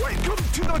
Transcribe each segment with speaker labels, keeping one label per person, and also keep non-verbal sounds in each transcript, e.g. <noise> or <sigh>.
Speaker 1: Welcome to the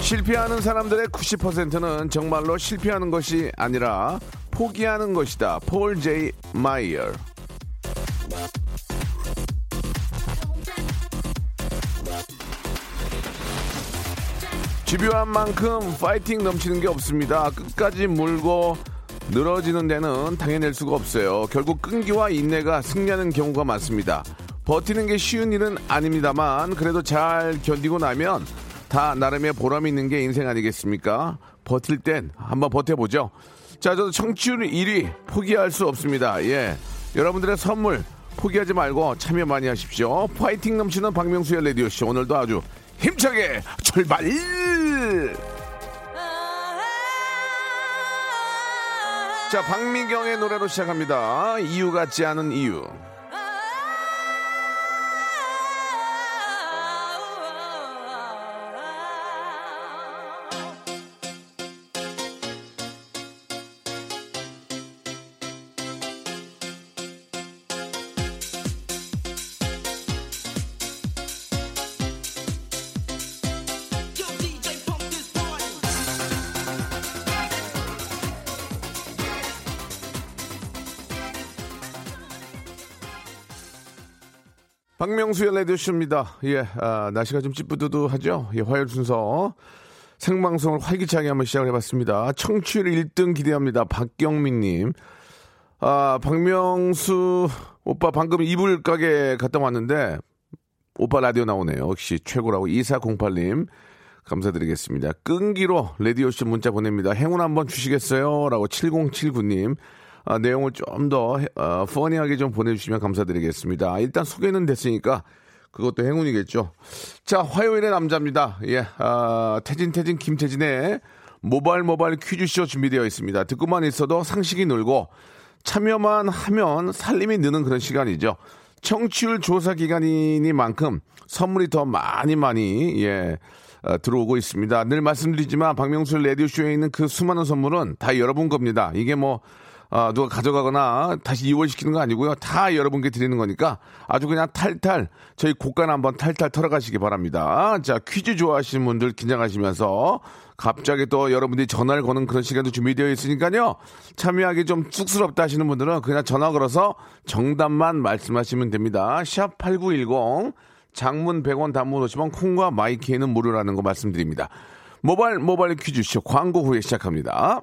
Speaker 2: 실패하는 사람들의 90%는 정말로 실패하는 것이 아니라 포기하는 것이다 폴 제이 마이어 집요한 만큼 파이팅 넘치는 게 없습니다. 끝까지 물고 늘어지는 데는 당해낼 수가 없어요. 결국 끈기와 인내가 승리하는 경우가 많습니다. 버티는 게 쉬운 일은 아닙니다만 그래도 잘 견디고 나면 다 나름의 보람이 있는 게 인생 아니겠습니까? 버틸 땐 한번 버텨보죠. 자, 저도 청취율 1위 포기할 수 없습니다. 예. 여러분들의 선물 포기하지 말고 참여 많이 하십시오. 파이팅 넘치는 박명수의 라디오쇼. 오늘도 아주 힘차게 출발! 자, 박미경의 노래로 시작합니다. 이유 같지 않은 이유. 박명수의 라디오쇼입니다. 예, 아, 날씨가 좀 찌뿌드드하죠? 예, 화요일 순서. 생방송을 활기차게 한번 시작을 해봤습니다. 청취율 1등 기대합니다. 박경민님. 아, 박명수 오빠 방금 이불 가게 갔다 왔는데, 오빠 라디오 나오네요. 역시 최고라고. 2408님. 감사드리겠습니다. 끈기로 라디오쇼 문자 보냅니다. 행운 한번 주시겠어요? 라고 7079님. 아, 내용을 좀 더 퍼니하게 좀 보내주시면 감사드리겠습니다. 아, 일단 소개는 됐으니까 그것도 행운이겠죠. 자, 화요일의 남자입니다. 예, 아, 태진, 태진, 김태진의 모발, 모발 퀴즈쇼 준비되어 있습니다. 듣고만 있어도 상식이 늘고 참여만 하면 살림이 느는 그런 시간이죠. 청취율 조사 기간이니만큼 선물이 더 많이 많이 예 어, 들어오고 있습니다. 늘 말씀드리지만 박명수 라디오 쇼에 있는 그 수많은 선물은 다 여러분 겁니다. 이게 뭐 아, 누가 가져가거나 다시 이월시키는 거 아니고요. 다 여러분께 드리는 거니까 아주 그냥 탈탈 저희 곡간 한번 탈탈 털어가시기 바랍니다. 자 퀴즈 좋아하시는 분들 긴장하시면서 갑자기 또 여러분들이 전화를 거는 그런 시간도 준비되어 있으니까요. 참여하기 좀 쑥스럽다 하시는 분들은 그냥 전화 걸어서 정답만 말씀하시면 됩니다. 샵 8910 장문 100원 단문 50원 콩과 마이키에는 무료라는 거 말씀드립니다. 모바일 모바일 퀴즈쇼 광고 후에 시작합니다.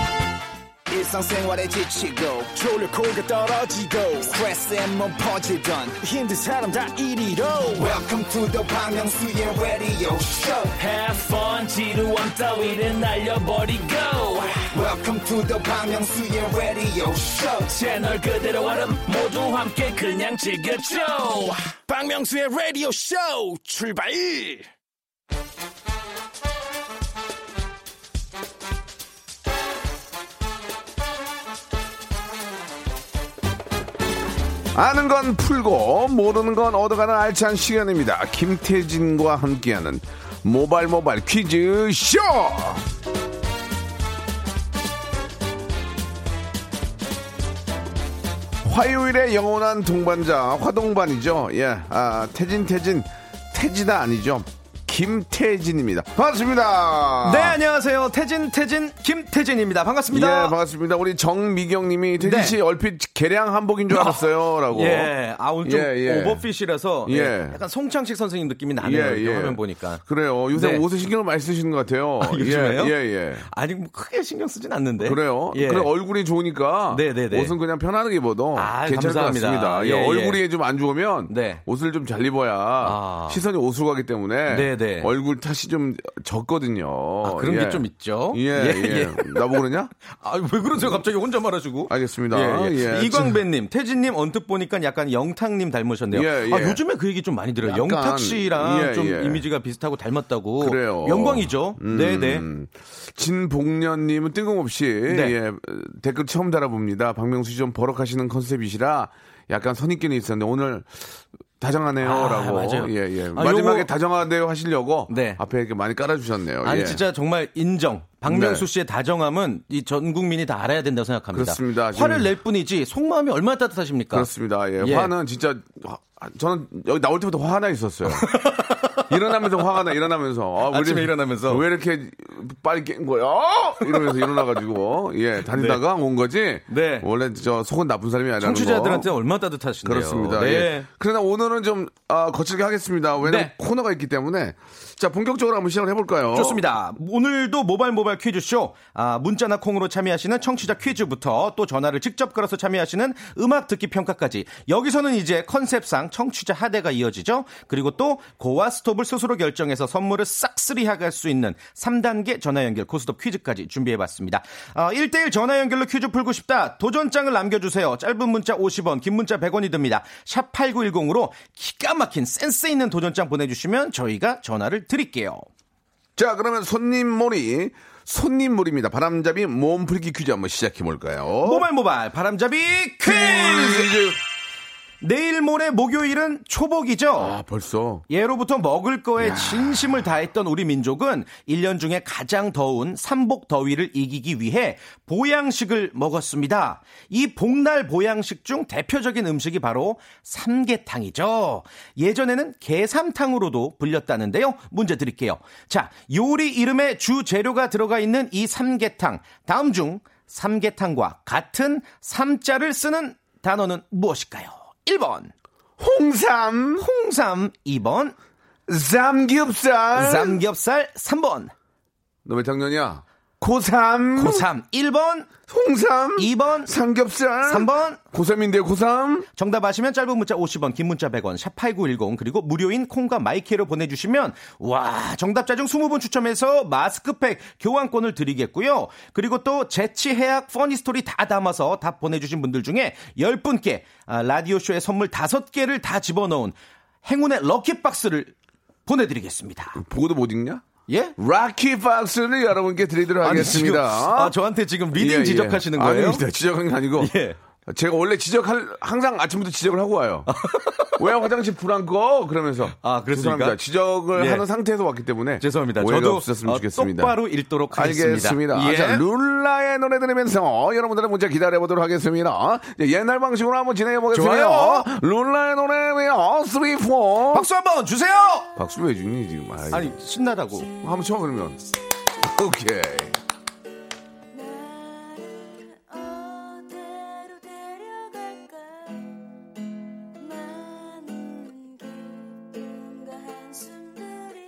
Speaker 3: 일상생활에 지치고, 졸려 코가 떨어지고, 스트레스에 몸 퍼지던, 힘든 사람 다 이리로. welcome to the Bang Myung-soo's radio show
Speaker 4: Have fun 지루함 따위를 날려버리고
Speaker 3: welcome to the Bang Myung-soo's radio show
Speaker 4: 채널 그대로 얼음 모두 함께 그냥 즐겨줘
Speaker 3: 박명수의 radio show 출발
Speaker 2: 아는 건 풀고 모르는 건 얻어가는 알찬 시간입니다. 김태진과 함께하는 모발 모발 퀴즈 쇼. 화요일의 영원한 동반자 화동반이죠. 예, 아 태진 태진 태진아 아니죠. 김태진입니다. 반갑습니다.
Speaker 5: 네, 안녕하세요. 태진, 태진, 김태진입니다.
Speaker 2: 예,
Speaker 5: 반갑습니다.
Speaker 2: 반갑습니다. 우리 정미경님이 태진
Speaker 5: 네. 아,
Speaker 2: 씨 얼핏 계량 한복인 줄 알았어요라고.
Speaker 5: 예, 아, 오늘 좀
Speaker 2: 예, 예.
Speaker 5: 오버핏이라서 예,
Speaker 2: 예.
Speaker 5: 약간 송창식 선생님 느낌이 나네요. 이렇게 화면 보니까.
Speaker 2: 그래요. 요새
Speaker 5: 네.
Speaker 2: 옷에 신경을 많이 쓰시는 것 같아요.
Speaker 5: 요즘에요?
Speaker 2: 예, 예,
Speaker 5: 아니, 뭐 크게 신경 쓰진 않는데.
Speaker 2: 예. 그래요.
Speaker 5: 예.
Speaker 2: 그래 얼굴이 좋으니까
Speaker 5: 네, 네, 네.
Speaker 2: 옷은 그냥 편안하게 입어도
Speaker 5: 아,
Speaker 2: 괜찮을
Speaker 5: 감사합니다.
Speaker 2: 것 같습니다. 예,
Speaker 5: 예, 예.
Speaker 2: 얼굴이 좀 안 좋으면
Speaker 5: 네.
Speaker 2: 옷을 좀 잘 입어야
Speaker 5: 아.
Speaker 2: 시선이 옷으로 가기 때문에
Speaker 5: 네, 네.
Speaker 2: 얼굴 탓이 좀 적거든요.
Speaker 5: 아, 그런
Speaker 2: 예.
Speaker 5: 게 좀 있죠.
Speaker 2: 예, 예. 나보고 그러냐?
Speaker 5: 아, 왜 그러세요? 갑자기 혼자 말하시고.
Speaker 2: 알겠습니다.
Speaker 5: 예, 예.
Speaker 2: 예.
Speaker 5: 이광배님, 태진님 언뜻 보니까 약간 영탁님 닮으셨네요.
Speaker 2: 예, 예.
Speaker 5: 아, 요즘에 그 얘기 좀 많이 들어요.
Speaker 2: 약간,
Speaker 5: 영탁 씨랑
Speaker 2: 예,
Speaker 5: 좀
Speaker 2: 예.
Speaker 5: 이미지가 비슷하고 닮았다고.
Speaker 2: 그래요.
Speaker 5: 영광이죠.
Speaker 2: 음,
Speaker 5: 네, 네.
Speaker 2: 진복년님은 뜬금없이
Speaker 5: 네.
Speaker 2: 예, 댓글 처음 달아봅니다. 박명수 씨 좀 버럭하시는 컨셉이시라 약간 선입견이 있었는데 오늘
Speaker 5: 아,
Speaker 2: 다정하네요라고.
Speaker 5: 맞아요.
Speaker 2: 예, 예.
Speaker 5: 아,
Speaker 2: 마지막에
Speaker 5: 요거-
Speaker 2: 다정하네요 하시려고
Speaker 5: 네.
Speaker 2: 앞에 이렇게 많이 깔아주셨네요.
Speaker 5: 아니
Speaker 2: 예.
Speaker 5: 진짜 정말 인정. 박명수
Speaker 2: 네.
Speaker 5: 씨의 다정함은 이 전 국민이 다 알아야 된다고 생각합니다.
Speaker 2: 그렇습니다.
Speaker 5: 화를
Speaker 2: 지금-
Speaker 5: 낼 뿐이지 속마음이 얼마나 따뜻하십니까?
Speaker 2: 그렇습니다. 예.
Speaker 5: 예.
Speaker 2: 화는 진짜 화- 저는 여기 나올 때부터 화 하나 있었어요. <laughs> 일어나면서 화가 나 일어나면서 아, 왜
Speaker 5: 아침에
Speaker 2: 이렇게-
Speaker 5: 일어나면서.
Speaker 2: 왜 이렇게 빨리 깬 거야 어! 이러면서 일어나가지고 예 다니다가 온 거지
Speaker 5: 네.
Speaker 2: 원래 저 속은 나쁜 사람이 아니라
Speaker 5: 청취자들한테 얼마나 따뜻하신데요.
Speaker 2: 그렇습니다.
Speaker 5: 네.
Speaker 2: 예. 그러나 오늘은 좀 아, 거칠게 하겠습니다. 왜냐면
Speaker 5: 네.
Speaker 2: 코너가 있기 때문에 자 본격적으로 한번 시작을 해볼까요?
Speaker 5: 좋습니다. 오늘도 모바일 모바일 퀴즈쇼. 아, 문자나 콩으로 참여하시는 청취자 퀴즈부터 또 전화를 직접 걸어서 참여하시는 음악 듣기 평가까지. 여기서는 이제 컨셉상 청취자 하대가 이어지죠. 그리고 또 고와 스톱을 스스로 결정해서 선물을 싹쓸이 하갈 수 있는 3단계 전화 연결 고스톱 퀴즈까지 준비해 봤습니다. 아, 1대1 전화 연결로 퀴즈 풀고 싶다. 도전장을 남겨 주세요. 짧은 문자 50원, 긴 문자 100원이 듭니다. 샵 8910으로 기가 막힌 센스 있는 도전장 보내 주시면 저희가 전화를 드릴게요.
Speaker 2: 자 그러면 손님몰이 손님몰입니다. 바람잡이 몸풀기 퀴즈 한번 시작해 볼까요?
Speaker 5: 모발 모발 바람잡이
Speaker 2: 네.
Speaker 5: 퀴즈 내일 모레 목요일은 초복이죠
Speaker 2: 아 벌써
Speaker 5: 예로부터 먹을 거에 진심을 다했던 우리 민족은 1년 중에 가장 더운 삼복 더위를 이기기 위해 보양식을 먹었습니다. 이 복날 보양식 중 대표적인 음식이 바로 삼계탕이죠. 예전에는 게삼탕으로도 불렸다는데요. 문제 드릴게요. 자, 요리 이름에 주 재료가 들어가 있는 이 삼계탕. 다음 중 삼계탕과 같은 삼자를 쓰는 단어는 무엇일까요? 1번.
Speaker 2: 홍삼
Speaker 5: 홍삼 2번,
Speaker 2: 삼겹살.
Speaker 5: 삼겹살 3번,
Speaker 2: 너 왜 작년이야? 고삼.
Speaker 5: 고삼 1번,
Speaker 2: 홍삼.
Speaker 5: 2번,
Speaker 2: 삼겹살.
Speaker 5: 3번.
Speaker 2: 고삼인데요, 고삼.
Speaker 5: 정답 아시면 짧은 문자 50원, 긴 문자 100원, 샵8910 그리고 무료인 콩과 마이크로 보내 주시면 와, 정답자 중 20분 추첨해서 마스크팩 교환권을 드리겠고요. 그리고 또 재치 해학 퍼니 스토리 다 담아서 답 보내 주신 분들 중에 10분께 아, 라디오 쇼에 선물 5개를 다 집어넣은 행운의 럭키 박스를 보내 드리겠습니다.
Speaker 2: 보고도 못 읽냐?
Speaker 5: 예?
Speaker 2: 라키 박스를 여러분께 드리도록
Speaker 5: 아니, 지금,
Speaker 2: 하겠습니다.
Speaker 5: 아, 저한테 지금 리딩
Speaker 2: 예, 예.
Speaker 5: 지적하시는 거예요?
Speaker 2: 아닙니다. 지적한 게 아니고.
Speaker 5: 예.
Speaker 2: 제가 원래 지적할, 항상 아침부터 지적을 하고
Speaker 5: <laughs>
Speaker 2: 와요. 왜 화장실 불 안 꺼? 그러면서.
Speaker 5: 아, 그렇습니까?
Speaker 2: 죄송합니다. 지적을
Speaker 5: 예.
Speaker 2: 하는 상태에서 왔기 때문에.
Speaker 5: 죄송합니다.
Speaker 2: 오해가
Speaker 5: 저도
Speaker 2: 없었으면
Speaker 5: 어,
Speaker 2: 좋겠습니다.
Speaker 5: 똑바로 읽도록 하겠습니다.
Speaker 2: 알겠습니다. 아,
Speaker 5: 예.
Speaker 2: 자, 룰라의 노래 들으면서 여러분들의 문자 기다려보도록 하겠습니다. 이제 옛날 방식으로 한번 진행해보겠습니다.
Speaker 5: 좋아요.
Speaker 2: 룰라의 노래네요. 3, 4.
Speaker 5: 박수 한번 주세요.
Speaker 2: 박수 왜 주니, 지금. 아이,
Speaker 5: 아니 신나다고.
Speaker 2: 한번 쳐, 그러면. <laughs> 오케이.
Speaker 6: 어디로 데려갈까 많은 기쁨과 한숨들이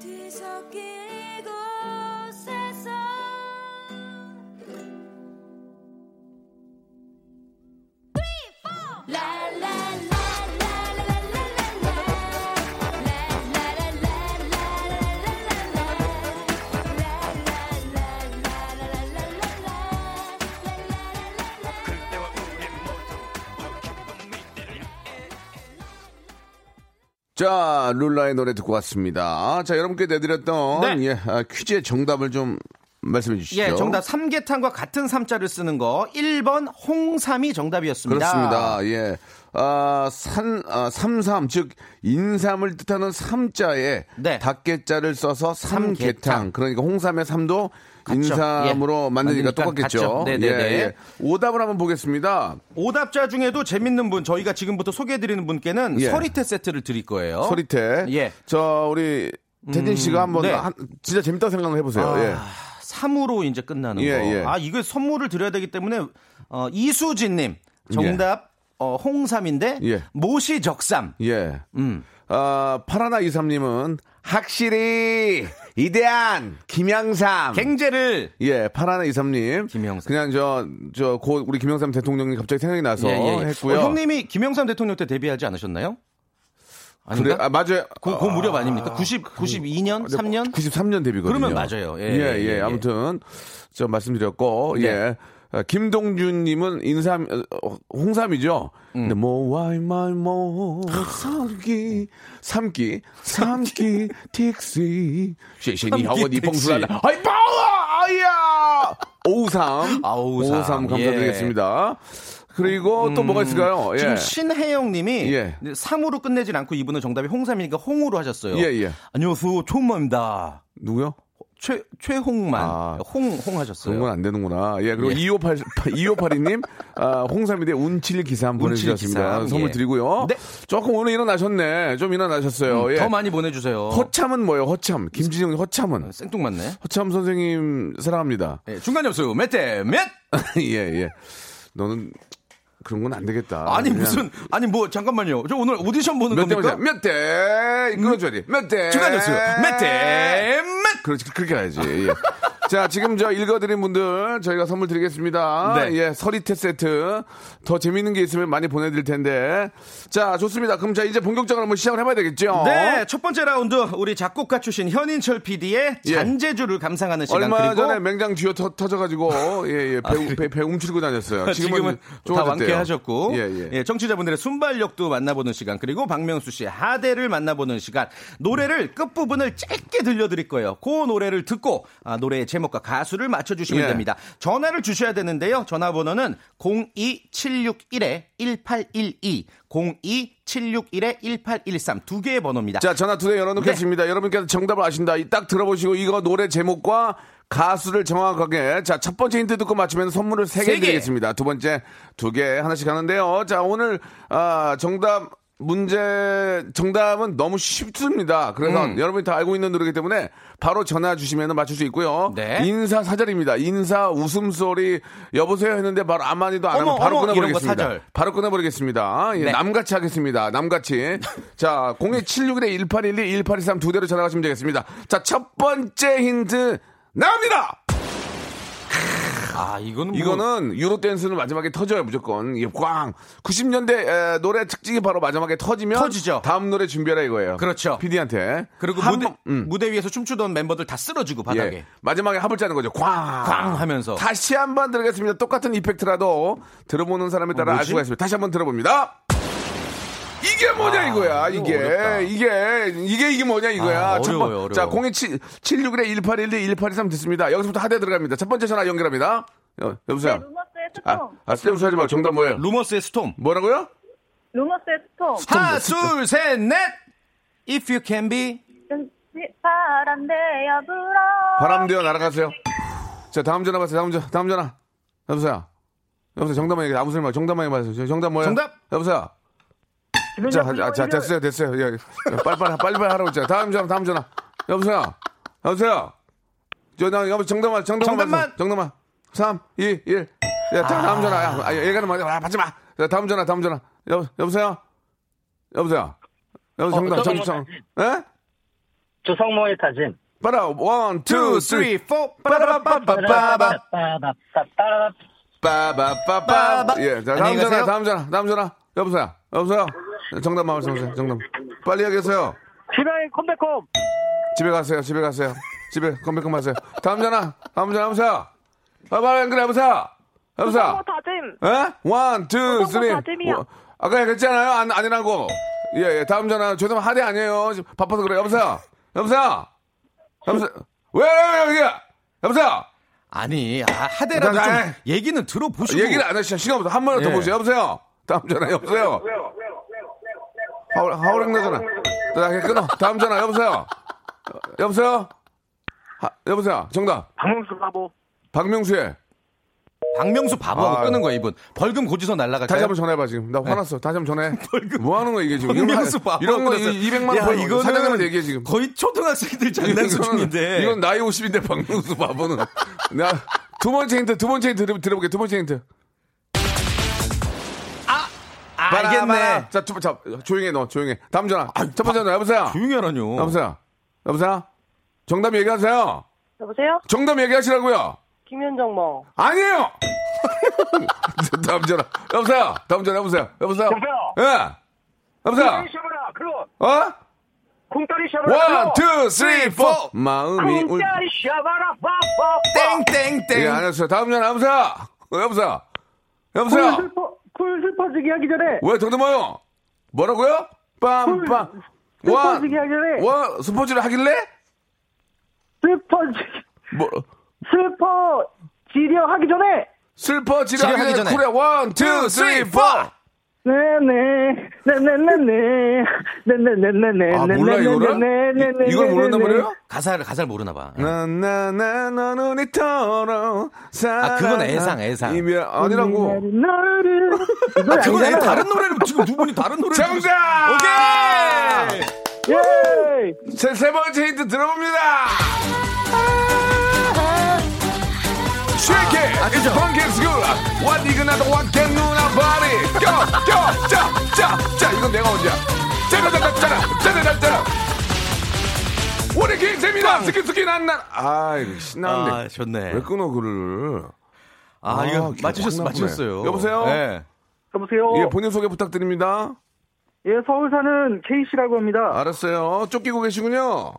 Speaker 6: 뒤섞인 이곳에서
Speaker 2: 자, 룰라의 노래 듣고 왔습니다. 자, 여러분께 내드렸던
Speaker 5: 네.
Speaker 2: 예, 아, 퀴즈의 정답을 좀 말씀해 주시죠.
Speaker 5: 예, 정답 삼계탕과 같은 삼자를 쓰는 거 1번 홍삼이 정답이었습니다.
Speaker 2: 그렇습니다. 예. 아, 산, 아, 삼삼, 즉, 인삼을 뜻하는 삼자에
Speaker 5: 네.
Speaker 2: 닭게자를 써서 삼계탕.
Speaker 5: 삼계탕.
Speaker 2: 그러니까 홍삼의 삼도 인삼으로
Speaker 5: 예.
Speaker 2: 만드니까
Speaker 5: 만드니까
Speaker 2: 똑같겠죠. 예,
Speaker 5: 같죠. 네네네.
Speaker 2: 오답을 한번 보겠습니다.
Speaker 5: 오답자 중에도 재밌는 분 저희가 지금부터 소개해 드리는 분께는
Speaker 2: 예.
Speaker 5: 서리태 세트를 드릴 거예요.
Speaker 2: 서리태.
Speaker 5: 예.
Speaker 2: 저, 우리, 태진 씨가 한번,
Speaker 5: 네.
Speaker 2: 한- 진짜 재밌다고 생각을 해보세요.
Speaker 5: 아,
Speaker 2: 예.
Speaker 5: 3으로 이제 끝나는
Speaker 2: 예,
Speaker 5: 거.
Speaker 2: 예.
Speaker 5: 아, 이거 선물을 드려야 되기 때문에 어, 이수진 님 정답 어, 홍삼인데
Speaker 2: 예.
Speaker 5: 모시 적삼.
Speaker 2: 예.
Speaker 5: 음.
Speaker 2: 아, 파라나 23님은 확실히 이대한 김양삼.
Speaker 5: 갱제를
Speaker 2: 예, 파라나 23님.
Speaker 5: 김영삼.
Speaker 2: 그냥 저, 저, 곧 우리 김영삼 대통령님 갑자기 생각이 나서 했고요.
Speaker 5: 어, 형님이 김영삼 대통령 때 데뷔하지 않으셨나요? 아닌가?
Speaker 2: 그래, 아, 맞아요. 그 아, 네,
Speaker 5: 고, 고 무렵 아닙니까? 90, 92년, 3년?
Speaker 2: 93년 데뷔거든요.
Speaker 5: 그러면 맞아요. 예,
Speaker 2: 예,
Speaker 5: 예,
Speaker 2: 예.
Speaker 5: 예.
Speaker 2: 아무튼, 저 말씀드렸고,
Speaker 5: 네.
Speaker 2: 예. 아, 김동준님은 인삼, 어, 홍삼이죠.
Speaker 5: 음.
Speaker 2: 근데 모와이 마이 모 삼기 삼기 삼기 택시 시신이 하원
Speaker 5: 삼기
Speaker 2: 이봉수라 아이 파워 아이야 오삼
Speaker 5: <laughs> 아, 오삼. 예. 음,
Speaker 2: 감사드리겠습니다. 그리고 또 뭐가 있을까요?
Speaker 5: 지금
Speaker 2: 예.
Speaker 5: 신혜영님이
Speaker 2: 예.
Speaker 5: 삼으로 끝내진 않고 이분은 정답이 홍삼이니까 홍으로 하셨어요.
Speaker 2: 예, 예.
Speaker 5: 안녕하세요, 초음마입니다.
Speaker 2: 누구요?
Speaker 5: 최 최홍만
Speaker 2: 아.
Speaker 5: 홍 홍 하셨어요.
Speaker 2: 그런 건 안 되는구나. 예, 그리고 <laughs>
Speaker 5: 예.
Speaker 2: 2588, 2582님, 아, 홍삼이대 운칠 기삼 보내주셨습니다.
Speaker 5: 운칠 기삼,
Speaker 2: 선물
Speaker 5: 예.
Speaker 2: 드리고요.
Speaker 5: 네. 음,
Speaker 2: 조금 오늘 일어나셨네. 좀 일어나셨어요. 예.
Speaker 5: 더 많이 보내주세요.
Speaker 2: 허참은 뭐예요? 허참. 김진영 허참은.
Speaker 5: 생뚱맞네.
Speaker 2: 허참 선생님 사랑합니다. <laughs>
Speaker 5: 예, 중간 점수 몇 대 몇?
Speaker 2: 예, 예. 너는 그런 건 안 되겠다.
Speaker 5: 아니
Speaker 2: 그냥
Speaker 5: 무슨 아니 뭐 잠깐만요. 저 오늘 오디션 보는
Speaker 2: 몇
Speaker 5: 겁니까? 음.
Speaker 2: 대면 몇 대? 이끌어줘야 돼. 몇 대?
Speaker 5: 중간 점수 몇 대 몇?
Speaker 2: 그렇지 그렇게 가야지. 예. 자 지금 저 읽어드린 분들 저희가 선물 드리겠습니다.
Speaker 5: 네.
Speaker 2: 예, 서리태 세트 더 재밌는 게 있으면 많이 보내드릴 텐데. 자 좋습니다. 그럼 자 이제 본격적으로 한번 시작을 해봐야 되겠죠.
Speaker 5: 네, 첫 번째 라운드 우리 작곡가 출신 현인철 PD의
Speaker 2: 예.
Speaker 5: 잔재주를 감상하는 시간
Speaker 2: 얼마
Speaker 5: 그리고 아,
Speaker 2: 전에 맹장 뒤어 터, 터져가지고 예예 배, 배, 배 움츠리고 다녔어요.
Speaker 5: <laughs> <laughs> 지금은, 다
Speaker 2: 좋아졌대요.
Speaker 5: 완쾌하셨고
Speaker 2: 예, 예.
Speaker 5: 예, 청취자분들의 순발력도 만나보는 시간 그리고 박명수 씨 하대를 만나보는 시간 노래를 끝 부분을 짧게 들려드릴 거예요. 그 노래를 듣고 아, 노래의 제목과 가수를 맞춰주시면
Speaker 2: 예.
Speaker 5: 됩니다. 전화를 주셔야 되는데요. 전화번호는 02761에 1812 02761에 1813 두 개의 번호입니다. 네.
Speaker 2: 자 전화 두대 열어놓겠습니다. 여러분께서 정답을 아신다. 이 딱 들어보시고 이거 노래 제목과 가수를 정확하게 자 첫 번째 힌트 듣고 맞추면 선물을 세 개
Speaker 5: 세 개.
Speaker 2: 드리겠습니다. 두 번째 두 개 하나씩 하는데요. 자 오늘 아, 정답 문제 정답은 너무 쉽습니다. 그래서
Speaker 5: 음.
Speaker 2: 여러분이 다 알고 있는 노래이기 때문에 바로 전화 주시면 맞출 수 있고요.
Speaker 5: 네.
Speaker 2: 인사 사절입니다. 인사 웃음소리 여보세요 했는데 바로 아마니도 안 하면
Speaker 5: 어머,
Speaker 2: 바로
Speaker 5: 어머, 이런 거
Speaker 2: 끊어버리겠습니다.
Speaker 5: 사절.
Speaker 2: 바로 끊어버리겠습니다. 예,
Speaker 5: 네.
Speaker 2: 남같이 하겠습니다. 남같이. <laughs> 자, 02761에 1812, 1823 두 대로 전화가시면 되겠습니다. 자, 첫 번째 힌트 나옵니다!
Speaker 5: 아 이거는 뭐
Speaker 2: 이거는 유로댄스는 마지막에 터져요, 무조건. 이게 꽝. 90년대 에, 노래 특징이 바로 마지막에 터지면.
Speaker 5: 터지죠.
Speaker 2: 다음 노래 준비하라 이거예요.
Speaker 5: 그렇죠.
Speaker 2: PD한테.
Speaker 5: 그리고
Speaker 2: 한
Speaker 5: 무대,
Speaker 2: 번- 음,
Speaker 5: 무대 위에서 춤추던 멤버들 다 쓰러지고
Speaker 2: 예.
Speaker 5: 바닥에
Speaker 2: 마지막에 합을 짜는 거죠. 꽝.
Speaker 5: 꽝 하면서
Speaker 2: 다시 한 번 들으겠습니다. 똑같은 이펙트라도 들어보는 사람에 따라
Speaker 5: 어,
Speaker 2: 알
Speaker 5: 뭐지?
Speaker 2: 수가 있습니다. 다시 한 번 들어봅니다. 이게 뭐냐 이거야
Speaker 5: 아, 이거
Speaker 2: 이게
Speaker 5: 어렵다.
Speaker 2: 이게 이게 이게 뭐냐 이거야
Speaker 5: 아,
Speaker 2: 첫
Speaker 5: 어려워요,
Speaker 2: 번-
Speaker 5: 어려워.
Speaker 2: 자 02761에 1812 1823 듣습니다 여기서부터 하대 들어갑니다 첫 번째 전화 연결합니다 여, 여보세요
Speaker 7: 루머스의
Speaker 2: 아,
Speaker 7: 네, 스톰.
Speaker 2: 아 스텝스 하지 마 정답 뭐예요
Speaker 5: 루머스의 스톰
Speaker 2: 뭐라고요
Speaker 7: 루머스의
Speaker 2: 어,
Speaker 7: 스톰.
Speaker 5: 하나 둘셋넷 If you can be
Speaker 7: 바람대야 불어.
Speaker 2: 바람 되어 날아가세요 자 다음 전화 받으세요 다음 전화 다음 전화 여보세요 여보세요 정답만 얘기해 아무 소리 말 정답만 얘기하세요 정답 뭐예요
Speaker 5: 정답.
Speaker 2: 여보세요 아, 자, 자, 자, 됐어요, 됐어요. 예, 예. 빨리빨리, 빨리빨리 하라고. 자, 다음 전화, 다음 전화. 여보세요? 여보세요? 저, 나, 여보, 정답만, 정답만.
Speaker 5: 정답만.
Speaker 2: 받으세요. 정답만. 3, 2, 1. 야, 자, 다음 전화. 야, 아, 얘가는 마, 아, 받지 마. 자, 다음 전화, 다음 전화. 여, 여보세요? 여보세요? 여보세요? 정답,
Speaker 8: 어,
Speaker 2: 정답, 정답. 예?
Speaker 8: 조성모의 타진.
Speaker 2: 빨아, 원, 투, 쓰리.
Speaker 5: 4
Speaker 2: 빠라바빠빠빠.
Speaker 8: 따라따따따따.
Speaker 2: 빠바빠빠. 예, 자, 다음
Speaker 5: 안녕히
Speaker 2: 전화,
Speaker 5: 가세요.
Speaker 2: 다음 전화, 다음 전화. 여보세요? 여보세요? 정답만 말씀하세요, 정답. 빨리 하겠어요.
Speaker 8: 신화의 컴백홈.
Speaker 2: 집에 가세요. 집에 가세요. 집에 컴백컴 하세요. 다음 전화. 다음 전화 보세요. 봐봐 안 그래 보세요. 보세요.
Speaker 7: 어, 다짐.
Speaker 2: 에? 원, 투,
Speaker 7: 어떤
Speaker 2: 쓰리.
Speaker 7: 거 다짐이야?
Speaker 2: 원. 아까 그랬잖아요. 안, 아니라고. 예, 예. 다음 전화. 죄송합니다. 하대 아니에요. 지금 바빠서 그래. 여보세요. 여보세요. 여보세요. 왜, 왜, 왜, 여기? 여보세요.
Speaker 5: 아니 아, 하대라도
Speaker 2: 나,
Speaker 5: 좀
Speaker 2: 나,
Speaker 5: 얘기는 들어보시고
Speaker 2: 얘기를 안 하시죠. 시간 없어. 한 번만 더
Speaker 5: 예.
Speaker 2: 보세요. 여보세요. 다음 전화 여보세요. 하울 하울행 나잖아. 나 그냥 끊어. 다음 전화 여보세요. 어, 여보세요. 하, 여보세요. 정답.
Speaker 8: 박명수 바보.
Speaker 2: 박명수의
Speaker 5: 박명수 바보하고
Speaker 2: 아.
Speaker 5: 끄는 거야 이분 벌금 고지서 날라갈까요?
Speaker 2: 다시 한번 전화해봐 지금. 나 화났어. 다시 한번 전해.
Speaker 5: 네. <laughs> 벌금-
Speaker 2: 뭐 하는 거야 이게 지금?
Speaker 5: 박명수
Speaker 2: 이런 거-
Speaker 5: 바보
Speaker 2: 이런 거
Speaker 5: 끊었어요.
Speaker 2: 이- 200만
Speaker 5: 야,
Speaker 2: 원
Speaker 5: 이거는
Speaker 2: 사장님한테 얘기해 지금.
Speaker 5: 거의 초등학생들 장난수
Speaker 2: 이거는-
Speaker 5: 중인데
Speaker 2: 이건 나이 50인데 박명수 바보는. 나 두 번째 힌트, 두 번째 힌트 들어, 들어볼게. 두 번째 힌트. 봐라,
Speaker 5: 알겠네
Speaker 2: 봐라. 자, 두, 번- 자, 조용해 너, 조용해. 다음 전화. 아, 첫 번째 전화 여보세요.
Speaker 5: 조용히 하라뇨
Speaker 8: 어.
Speaker 2: 여보세요. 여보세요. 정답 얘기하세요.
Speaker 9: 여보세요?
Speaker 2: 정답 얘기하시라고요.
Speaker 9: 김현정 뭐?
Speaker 2: 아니에요. <laughs> 다음 전화. 여보세요. 다음 전화 여보세요. 여보세요.
Speaker 8: 여보세요? 네,
Speaker 2: 예. 여보세요.
Speaker 8: 쿵따리 샤브라 클로.
Speaker 2: 어?
Speaker 8: 쿵따리 샤브라 클로.
Speaker 2: 원, 투,
Speaker 8: 네,
Speaker 2: 쓰리, 포. 마음이 울.
Speaker 8: 쿵따리 샤브라 바보.
Speaker 2: 예,
Speaker 5: 땡땡땡
Speaker 2: 안녕하세요. 다음 전화 여보세요. 어, 여보세요.
Speaker 8: 아,
Speaker 2: 여보세요.
Speaker 8: 쿨 슬퍼지기 하기 전에.
Speaker 2: 왜 더듬어요? 뭐라고요? 빰빰. 와,
Speaker 8: 슬퍼지기 하길래.
Speaker 2: 와, 스포츠를 하길래?
Speaker 8: 슬퍼지
Speaker 2: 뭐,
Speaker 8: 슬퍼지려 하기 전에.
Speaker 2: 슬퍼지를
Speaker 5: 지뢰
Speaker 2: 하길래
Speaker 5: 하기 전에.
Speaker 2: 쿨에 원,
Speaker 8: 네.
Speaker 2: 투, 쓰리, 포.
Speaker 8: 네네 네네네네 네네네네네 네,
Speaker 2: 아, 몰라, 이거를? 이- 이걸 모른단 말이에요?
Speaker 5: 가사를 가사를 모르나 봐 예.
Speaker 2: 나나나 너 눈이처럼
Speaker 5: 아, 그건 애상, 애상.
Speaker 2: 이별 아니라고
Speaker 8: 너를
Speaker 2: <laughs>
Speaker 5: 아, 그건 아예 다른 노래를 지금 두 분이 다른 노래를
Speaker 2: 정답!
Speaker 5: 오케이
Speaker 8: 예
Speaker 2: 세, 세 번째 힌트 들어봅니다 Shake it, it's funk, it's good What you gonna do, what can you not body Go, go, 자, 자, 자 이건 내가 언제야 짜라짜라짜라, 짜라짜라 우리 김세미나 스키스키 난난 아 이거 신나는데
Speaker 5: 아 좋네
Speaker 2: 왜 끊어 그를
Speaker 5: 아,
Speaker 2: 아,
Speaker 5: 이거
Speaker 2: 기가
Speaker 5: 맞추셨어,
Speaker 2: 확 나쁘네.
Speaker 5: 맞추셨어요.
Speaker 2: 여보세요?
Speaker 5: 네.
Speaker 8: 여보세요
Speaker 2: 예 본인 소개 부탁드립니다
Speaker 8: 예 서울 사는 K 씨라고 합니다
Speaker 2: 알았어요 쫓기고 계시군요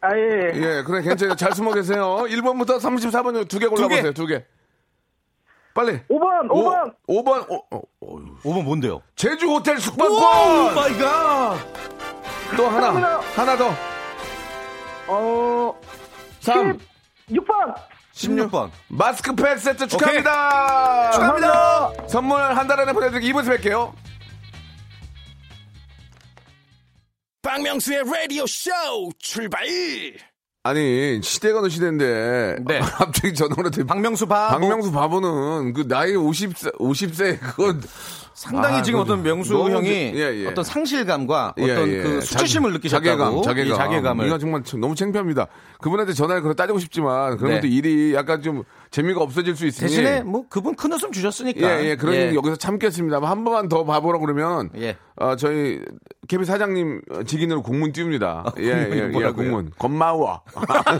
Speaker 8: 아예
Speaker 2: 예, 그래 괜찮아요. 잘 숨어 계세요. 1번부터 34번 두 개 골라보세요. 두 개. 빨리.
Speaker 8: 5번 5번
Speaker 2: 5번. 오, 어, 어,
Speaker 5: 5번 뭔데요?
Speaker 2: 제주 호텔 숙박권.
Speaker 5: 마이 갓!
Speaker 2: 또 하나.
Speaker 8: 하나.
Speaker 2: 하나 더.
Speaker 8: 어
Speaker 2: 3.
Speaker 8: 6번
Speaker 5: 16번.
Speaker 2: 마스크팩 세트 축하합니다.
Speaker 5: 축하합니다!
Speaker 2: 선물 한 달 안에 보내드릴게요. 2분에서 뵐게요.
Speaker 4: 박명수의 라디오 쇼 출발
Speaker 2: 아니, 시대가 어느 시대인데.
Speaker 5: 네.
Speaker 2: <laughs> 갑자기 전화로 대
Speaker 5: 박명수 바.
Speaker 2: 박명수 바보는 그 나이 50세, 50세 그건
Speaker 5: 상당히
Speaker 2: 아,
Speaker 5: 지금
Speaker 2: 그거
Speaker 5: 어떤 명수
Speaker 2: 너무
Speaker 5: 형이
Speaker 2: 예, 예.
Speaker 5: 어떤 상실감과 어떤 그
Speaker 2: 자기-
Speaker 5: 수치심을 느끼셨다고.
Speaker 2: 자괴감,
Speaker 5: 이
Speaker 2: 자괴감.
Speaker 5: 자괴감을.
Speaker 2: 이건 정말 참 너무 창피합니다. 그분한테 전화를 그런 따지고 싶지만 그런
Speaker 5: 네.
Speaker 2: 것도 일이 약간 좀 재미가 없어질 수 있으니
Speaker 5: 대신에 뭐 그분 큰 웃음 주셨으니까.
Speaker 2: 예, 예, 그런 일 여기서 참겠습니다. 한 번만 더 봐보라 그러면
Speaker 5: 예.
Speaker 2: 어, 저희 케비 사장님 직인으로 공문 띄웁니다. 예,
Speaker 5: 어, 공문이
Speaker 2: 예, 예,
Speaker 5: 뭐라고요?
Speaker 2: 공문. 겁마워. <laughs>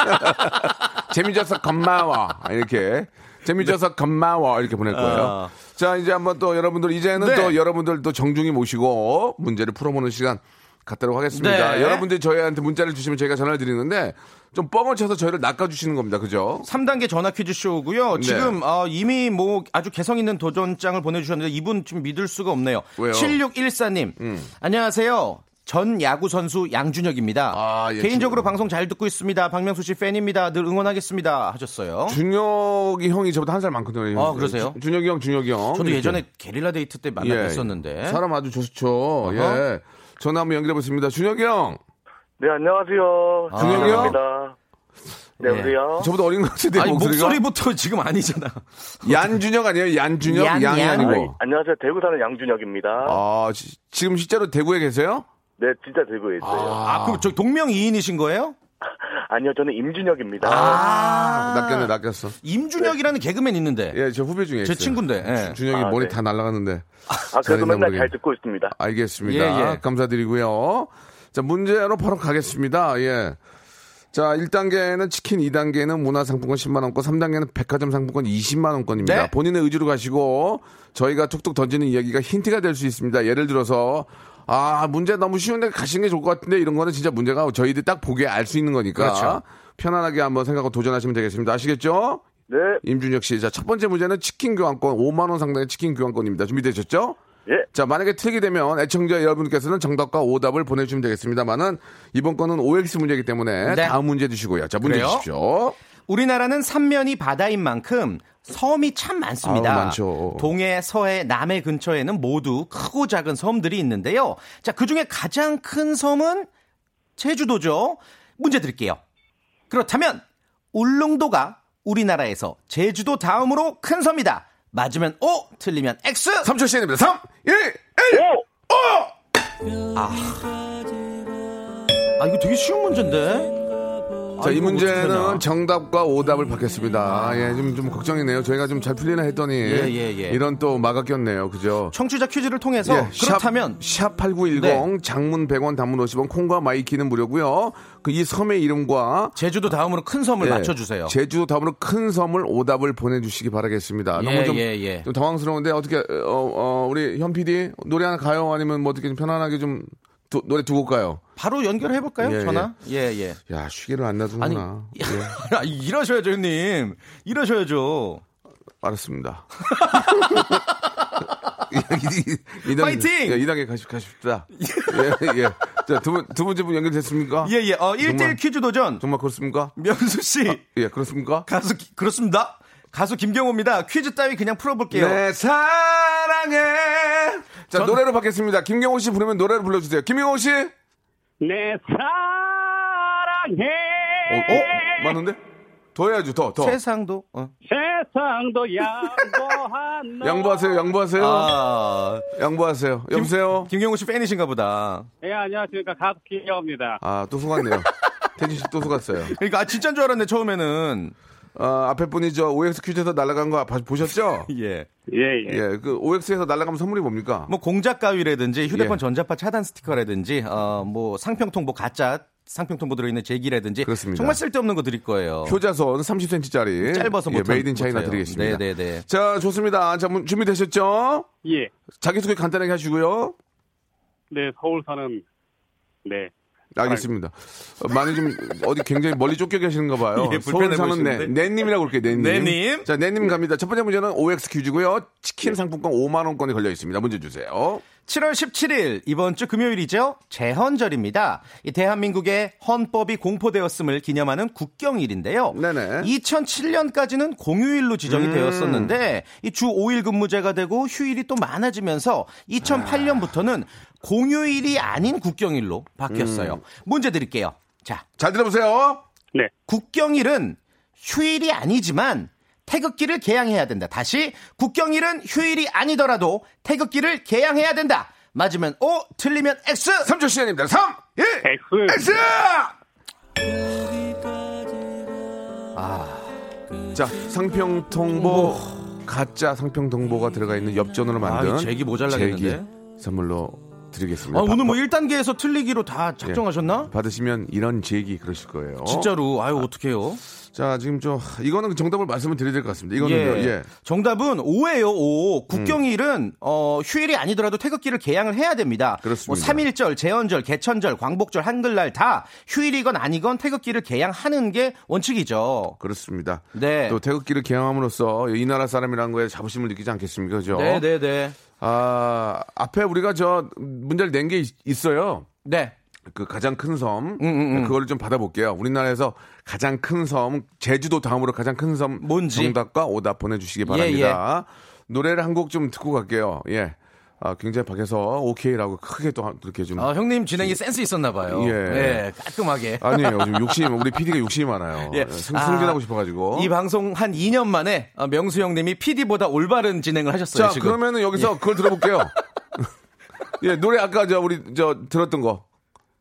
Speaker 2: 재미져서 겁마워. 이렇게. 재미져서 겁마워. 이렇게 보낼 거예요.
Speaker 5: 네. 아.
Speaker 2: 자, 이제 한번 또 여러분들, 이제는
Speaker 5: 네.
Speaker 2: 또 여러분들 또 정중히 모시고 문제를 풀어보는 시간 갖도록 하겠습니다.
Speaker 5: 네.
Speaker 2: 여러분들이 저희한테 문자를 주시면 저희가 전화를 드리는데 좀 뻥을 쳐서 저희를 낚아주시는 겁니다. 그죠?
Speaker 5: 3단계 전화 퀴즈 쇼고요.
Speaker 2: 네.
Speaker 5: 지금 어, 이미 뭐 아주 개성 있는 도전장을 보내주셨는데 이분 좀 믿을 수가 없네요.
Speaker 2: 왜요? 음.
Speaker 5: 7614님. 안녕하세요. 전 야구 선수 양준혁입니다.
Speaker 2: 아, 예,
Speaker 5: 개인적으로
Speaker 2: 지금.
Speaker 5: 방송 잘 듣고 있습니다. 박명수 씨 팬입니다. 늘 응원하겠습니다. 하셨어요.
Speaker 2: 준혁이 형이 저보다 한 살 많거든요.
Speaker 5: 아, 그러세요?
Speaker 2: 주- 준혁이 형, 준혁이 형.
Speaker 5: 저도
Speaker 2: 이렇게.
Speaker 5: 예전에 게릴라 데이트 때 만나 뵀었는데
Speaker 2: 예. 사람 아주 좋죠. 예.
Speaker 5: 어허.
Speaker 2: 전화 한번 연결해 보겠습니다. 준혁이 형.
Speaker 8: 네 안녕하세요
Speaker 5: 아.
Speaker 8: 준영입니다 네 여보세요
Speaker 2: 저보다 어린 것 같은데
Speaker 5: 아니
Speaker 2: 목소리가.
Speaker 5: 목소리부터 지금 아니잖아.
Speaker 2: 얀준혁 아니에요? 얀준혁?
Speaker 5: 얀,
Speaker 2: 양이
Speaker 5: 얀.
Speaker 2: 아니고.
Speaker 8: 안녕하세요 대구 사는 양준혁입니다
Speaker 2: 아, 지- 지금 실제로 대구에 계세요?
Speaker 8: 네 진짜 대구에 있어요
Speaker 5: 아, 그럼 저 동명이인이신 거예요?
Speaker 8: 아니요 저는 임준혁입니다
Speaker 5: 아,
Speaker 2: 낚였네, 낚였어.
Speaker 5: 임준혁이라는 개그맨 있는데
Speaker 2: 예, 저 후배 중에 있어요.
Speaker 5: 제 친구인데. 예.
Speaker 2: 주- 준혁이
Speaker 8: 아,
Speaker 2: 머리
Speaker 8: 네.
Speaker 2: 다 날아갔는데.
Speaker 8: 아 그래도
Speaker 2: 잘했나
Speaker 8: 맨날
Speaker 2: 모르겠네.
Speaker 8: 잘 듣고 있습니다
Speaker 2: 알겠습니다.
Speaker 5: 예, 예.
Speaker 2: 감사드리고요. 자, 문제로 바로 가겠습니다. 예. 자, 1단계는 치킨, 2단계는 문화상품권 10만원권, 3단계는 백화점 상품권 20만원권입니다.
Speaker 5: 네.
Speaker 2: 본인의 의지로 가시고, 저희가 툭툭 던지는 이야기가 힌트가 될 수 있습니다. 예를 들어서, 아, 문제 너무 쉬운데 가시는 게 좋을 것 같은데, 이런 거는 진짜 문제가 저희들이 딱 보기에 알 수 있는 거니까.
Speaker 5: 그렇죠.
Speaker 2: 편안하게 한번 생각하고 도전하시면 되겠습니다. 아시겠죠?
Speaker 8: 네
Speaker 2: 임준혁 씨. 자, 첫 번째 문제는 치킨 교환권 5만 원 상당의 치킨 교환권입니다. 준비되셨죠?
Speaker 8: 예.
Speaker 2: 자, 만약에 틀리게 되면 애청자 여러분께서는 정답과 오답을 보내주시면 되겠습니다만은 이번 거는 OX 문제이기 때문에
Speaker 5: 네.
Speaker 2: 다음 문제 주시고요. 자, 문제
Speaker 5: 그래요?
Speaker 2: 주십시오.
Speaker 5: 우리나라는 삼면이 바다인 만큼 섬이 참 많습니다.
Speaker 2: 아우, 많죠.
Speaker 5: 동해, 서해, 남해 근처에는 모두 크고 작은 섬들이 있는데요. 자, 그 중에 가장 큰 섬은 제주도죠. 문제 드릴게요. 그렇다면 울릉도가 우리나라에서 제주도 다음으로 큰 섬이다. 맞으면 O, 틀리면 X.
Speaker 2: 3초 시간입니다. 3, 1, 1.
Speaker 5: 아, 이거 되게 쉬운 문제인데.
Speaker 2: 자,
Speaker 5: 아,
Speaker 2: 이
Speaker 5: 이거 어떻게 되나? 아.
Speaker 2: 문제는 정답과 오답을 받겠습니다. 예, 좀, 좀 걱정이네요. 저희가 좀 잘 풀리나 했더니
Speaker 5: 예, 예, 예.
Speaker 2: 이런 또 마가 꼈네요. 그죠?
Speaker 5: 청취자 퀴즈를 통해서
Speaker 2: 예,
Speaker 5: 그렇다면
Speaker 2: 샵8910
Speaker 5: 네.
Speaker 2: 장문 100원 단문 50원 콩과 마이키는 무료고요. 그 이 섬의 이름과
Speaker 5: 제주도 다음으로 큰 섬을
Speaker 2: 예,
Speaker 5: 맞춰주세요.
Speaker 2: 제주도 다음으로 큰 섬을 오답을 보내주시기 바라겠습니다.
Speaker 5: 예,
Speaker 2: 너무 좀,
Speaker 5: 예, 예.
Speaker 2: 좀 당황스러운데 어떻게 어, 어, 우리 현 PD 노래 하나 가요 아니면 뭐 어떻게 좀 편안하게 좀 두- 노래 두곡 가요.
Speaker 5: 바로 연결해볼까요?
Speaker 2: 예,
Speaker 5: 전화? 예, 예.
Speaker 2: 야 쉬기를 안
Speaker 5: 아니,
Speaker 2: 놔두구나. 예,
Speaker 5: <laughs> 아, 이러셔야죠, 형님. 이러셔야죠.
Speaker 2: 알았습니다. <laughs> 이- 이- 이 단계-
Speaker 5: 파이팅!
Speaker 2: 예, 이 단계 가십 가십시다. 예, 예. 자두분두 번째 분 연결됐습니까?
Speaker 5: 예, 예. 어, 1대1
Speaker 2: 정말.
Speaker 5: 퀴즈 도전.
Speaker 2: 정말 그렇습니까?
Speaker 5: 명수 씨,
Speaker 2: 예, 그렇습니까?
Speaker 5: 가수, 기- 그렇습니다. 가수 김경호입니다. 퀴즈 따위 그냥 풀어볼게요.
Speaker 2: 내 사랑해. 네, 자
Speaker 5: 예. 전-
Speaker 2: 노래로 받겠습니다. 김경호 씨 부르면 노래를 불러주세요. 김경호 씨. 어,
Speaker 4: 내 사랑해
Speaker 2: 어? 맞는데? 더 해야죠. 더 더.
Speaker 5: 세상도. 어.
Speaker 4: 세상도 양보한
Speaker 2: <laughs> 양보하세요. 양보하세요.
Speaker 5: 아,
Speaker 2: 양보하세요. 여보세요.
Speaker 5: 김경호 씨 팬이신가 보다.
Speaker 4: 예 안녕하십니까 가수 김경호입니다.
Speaker 2: 아또 속았네요. <laughs> 태진 씨 또 속았어요.
Speaker 5: 그러니까 아, 진짜인 줄 알았네, 처음에는.
Speaker 2: 어, 앞에 분이 저 OX 퀴즈에서 날아간 거 봐- 보셨죠?
Speaker 5: 예.
Speaker 4: 예예.
Speaker 2: 예, 그 OX에서 날아가면 선물이 뭡니까?
Speaker 5: 뭐 공작 가위라든지 휴대폰
Speaker 2: 예.
Speaker 5: 전자파 차단 스티커라든지 어 뭐 상평통보 가짜 상평통보 들어있는 제기라든지
Speaker 2: 그렇습니다.
Speaker 5: 정말 쓸데없는 거 드릴 거예요.
Speaker 2: 효자손 30cm짜리
Speaker 5: 짧아서
Speaker 2: 예,
Speaker 5: 못
Speaker 2: 메이드 인 차이나
Speaker 5: 못해요.
Speaker 2: 드리겠습니다.
Speaker 5: 네네네.
Speaker 2: 자, 좋습니다. 자, 문- 준비되셨죠?
Speaker 4: 예.
Speaker 2: 자기소개 간단하게 하시고요.
Speaker 4: 네 서울 사는 네
Speaker 2: 알겠습니다. 어, 많이 좀 어디 굉장히 멀리 쫓겨 계시는가 봐요.
Speaker 5: 예,
Speaker 2: 서울
Speaker 5: 불편해
Speaker 2: 사는 네,
Speaker 5: 보이시는데.
Speaker 2: 네님이라고 그럴게요. 네님.
Speaker 5: 네님.
Speaker 2: 자, 네님 갑니다. 첫 번째 문제는 OX 퀴즈고요. 치킨 상품권 5만 원권이 걸려 있습니다. 문제 주세요.
Speaker 5: 7월 17일 이번 주 금요일이죠. 제헌절입니다. 이 대한민국의 헌법이 공포되었음을 기념하는 국경일인데요.
Speaker 2: 네네. 음.
Speaker 5: 2007년까지는 공휴일로 지정이 되었었는데 이 주 5일 근무제가 되고 휴일이 또 많아지면서 2008년부터는 공휴일이 아닌 국경일로 바뀌었어요.
Speaker 2: 음.
Speaker 5: 문제 드릴게요. 자,
Speaker 2: 잘 들어보세요.
Speaker 4: 네.
Speaker 5: 국경일은 휴일이 아니지만 태극기를 개양해야 된다. 다시 국경일은 휴일이 아니더라도 태극기를 개양해야 된다. 맞으면 O, 틀리면 X. 아,
Speaker 2: 3초 시간입니다. 3, 1,
Speaker 4: X.
Speaker 2: X! 자, 상평통보, 가짜 상평통보가 들어가 있는 엽전으로 만든
Speaker 5: 아, 이 제기 모자라겠는데?
Speaker 2: 제기 선물로 드리겠습니다.
Speaker 5: 아, 오늘 뭐
Speaker 2: 받-
Speaker 5: 1단계에서 틀리기로 다
Speaker 2: 예.
Speaker 5: 작정하셨나?
Speaker 2: 받으시면 이런 제기 그러실 거예요.
Speaker 5: 진짜로. 아유, 어떡해요.
Speaker 2: 자, 지금 저, 이거는 정답을 말씀을 드려야 될 것 같습니다. 이거는,
Speaker 5: 예.
Speaker 2: 예. 음.
Speaker 5: 정답은 오예요 오. 국경일은 어, 휴일이 아니더라도 태극기를 개양을 해야 됩니다.
Speaker 2: 그렇습니다.
Speaker 5: 뭐 3일절, 제헌절, 개천절, 광복절, 한글날 다 휴일이건 아니건 태극기를 개양하는 게 원칙이죠.
Speaker 2: 그렇습니다.
Speaker 5: 네.
Speaker 2: 또 태극기를 개항함으로써 이 나라 사람이라는 거에 자부심을 느끼지 않겠습니까? 그죠?
Speaker 5: 네, 네, 네.
Speaker 2: 아, 앞에 우리가 저 문제를 낸 게 있어요.
Speaker 5: 네.
Speaker 2: 그 가장 큰
Speaker 5: 음,
Speaker 2: 섬, 그거를 좀 받아볼게요. 우리나라에서 가장 큰 섬, 제주도 다음으로 가장 큰 섬
Speaker 5: 뭔지? 예,
Speaker 2: 정답과 오답 보내주시기 바랍니다. 노래를 한 곡 좀 듣고 갈게요. 예. 아, 굉장히 밖에서 오케이라고 크게 또 한- 이렇게 좀.
Speaker 5: 아, 형님 진행이 센스 있었나 봐요.
Speaker 2: 예.
Speaker 5: 예. 깔끔하게.
Speaker 2: 아니에요. 지금 욕심, 우리 PD가 욕심이 많아요.
Speaker 5: 예.
Speaker 2: 승,
Speaker 5: 아,
Speaker 2: 진하고 싶어가지고.
Speaker 5: 이 방송 한 2년 만에 아, 명수 형님이 PD보다 올바른 진행을 하셨어요.
Speaker 2: 자,
Speaker 5: 지금.
Speaker 2: 그러면은 여기서 그걸 들어볼게요.
Speaker 5: <laughs>
Speaker 2: 예, 노래 아까 저 우리 저 들었던 거.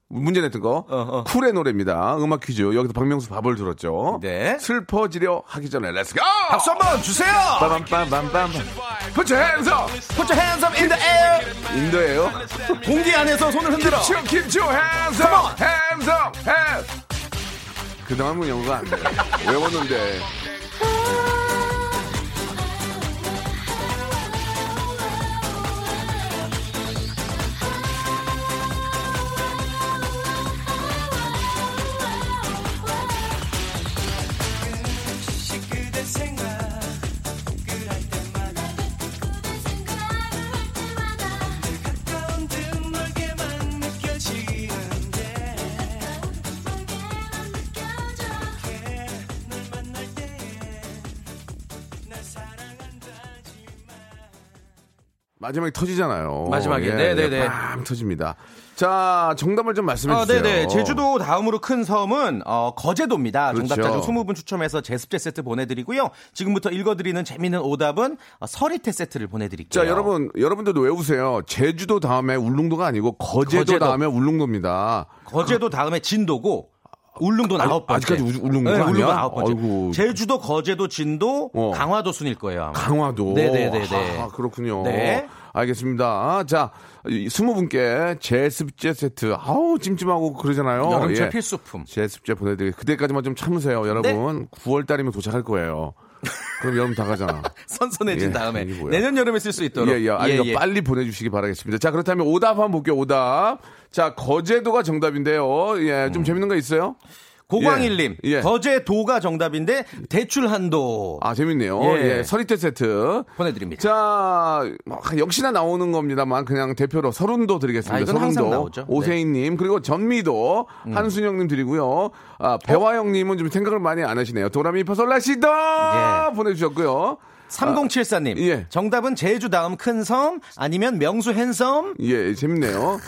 Speaker 2: 문제 냈던 거.
Speaker 5: 어.
Speaker 2: 쿨의 노래입니다. 음악 퀴즈. 여기서 박명수 밥을 들었죠.
Speaker 5: 네.
Speaker 2: 슬퍼지려 하기 전에 렛츠고!
Speaker 5: 박수 한번 주세요.
Speaker 2: 빰빰빰빰빰. 푸츠 행서!
Speaker 5: Put your hands up in the air.
Speaker 2: 그렇죠, 인도예요.
Speaker 5: 공기 안에서 손을 흔들어.
Speaker 2: 김치오, 김치오, 행서! 행서! 행! 그동안 은 영어가 안 돼. 외웠는데.
Speaker 6: 가까운 듯 멀게만 느껴지는데 가까운 듯 멀게만 느껴져 그날 만날
Speaker 2: 마지막에 터지잖아요.
Speaker 5: 마지막에.
Speaker 2: 예,
Speaker 5: 네네네.
Speaker 2: 예, 빵 터집니다. 자, 정답을 좀 말씀해
Speaker 5: 아,
Speaker 2: 주세요.
Speaker 5: 네네. 제주도 다음으로 큰 섬은 어, 거제도입니다.
Speaker 2: 그렇죠.
Speaker 5: 정답자 중 20분 추첨해서 제습제 세트 보내드리고요. 지금부터 읽어드리는 재미있는 오답은 어, 서리태 세트를 보내드릴게요.
Speaker 2: 자, 여러분, 여러분들도 외우세요. 제주도 다음에 울릉도가 아니고 거제도,
Speaker 5: 거제도.
Speaker 2: 다음에 울릉도입니다.
Speaker 5: 거제도 다음에 진도고 울릉도
Speaker 2: 그- 아니,
Speaker 5: 아홉 번째.
Speaker 2: 아직까지 우- 울릉도 아니야?
Speaker 5: 네, 울릉도 아홉 번째.
Speaker 2: 아이고.
Speaker 5: 제주도, 거제도, 진도,
Speaker 2: 어.
Speaker 5: 강화도 순일 거예요. 아마.
Speaker 2: 강화도.
Speaker 5: 네네네네.
Speaker 2: 아, 그렇군요.
Speaker 5: 네.
Speaker 2: 알겠습니다. 자, 이 20분께 제습제 세트. 아우, 찜찜하고 그러잖아요.
Speaker 5: 어, 여름철
Speaker 2: 예.
Speaker 5: 필수품.
Speaker 2: 제습제 보내드릴 그때까지만 좀 참으세요, 여러분.
Speaker 5: 네.
Speaker 2: 9월달이면 도착할 거예요. 그럼 여름 다 가잖아.
Speaker 5: <laughs> 선선해진
Speaker 2: 예,
Speaker 5: 다음에
Speaker 2: 이게 뭐야.
Speaker 5: 내년 여름에 쓸 수 <laughs> 있도록.
Speaker 2: 예, 예. 아니, 이거 빨리 보내주시기 바라겠습니다. 자, 그렇다면 오답 한번 볼게요, 오답. 자, 거제도가 정답인데요. 예,
Speaker 5: 음.
Speaker 2: 좀 재밌는 거 있어요?
Speaker 5: 고광일님
Speaker 2: 예, 예.
Speaker 5: 거제도가 정답인데 대출 한도
Speaker 2: 아, 재밌네요.
Speaker 5: 예.
Speaker 2: 예, 서리태 세트.
Speaker 5: 보내드립니다.
Speaker 2: 자, 뭐, 역시나 나오는 겁니다만 그냥 대표로 서른도 드리겠습니다.
Speaker 5: 아, 이건
Speaker 2: 서른도.
Speaker 5: 항상 나오죠. 음.
Speaker 2: 오세희님 그리고 전미도 한순영님 드리고요.
Speaker 5: 어?
Speaker 2: 아, 배화영님은 좀 생각을 많이 안 하시네요. 도라미 파솔라시도
Speaker 5: 예.
Speaker 2: 보내주셨고요.
Speaker 5: 3074님
Speaker 2: 예.
Speaker 5: 정답은 제주 다음 큰 섬 아니면 명수 hen섬
Speaker 2: 예,
Speaker 5: <laughs>
Speaker 2: 재밌네요.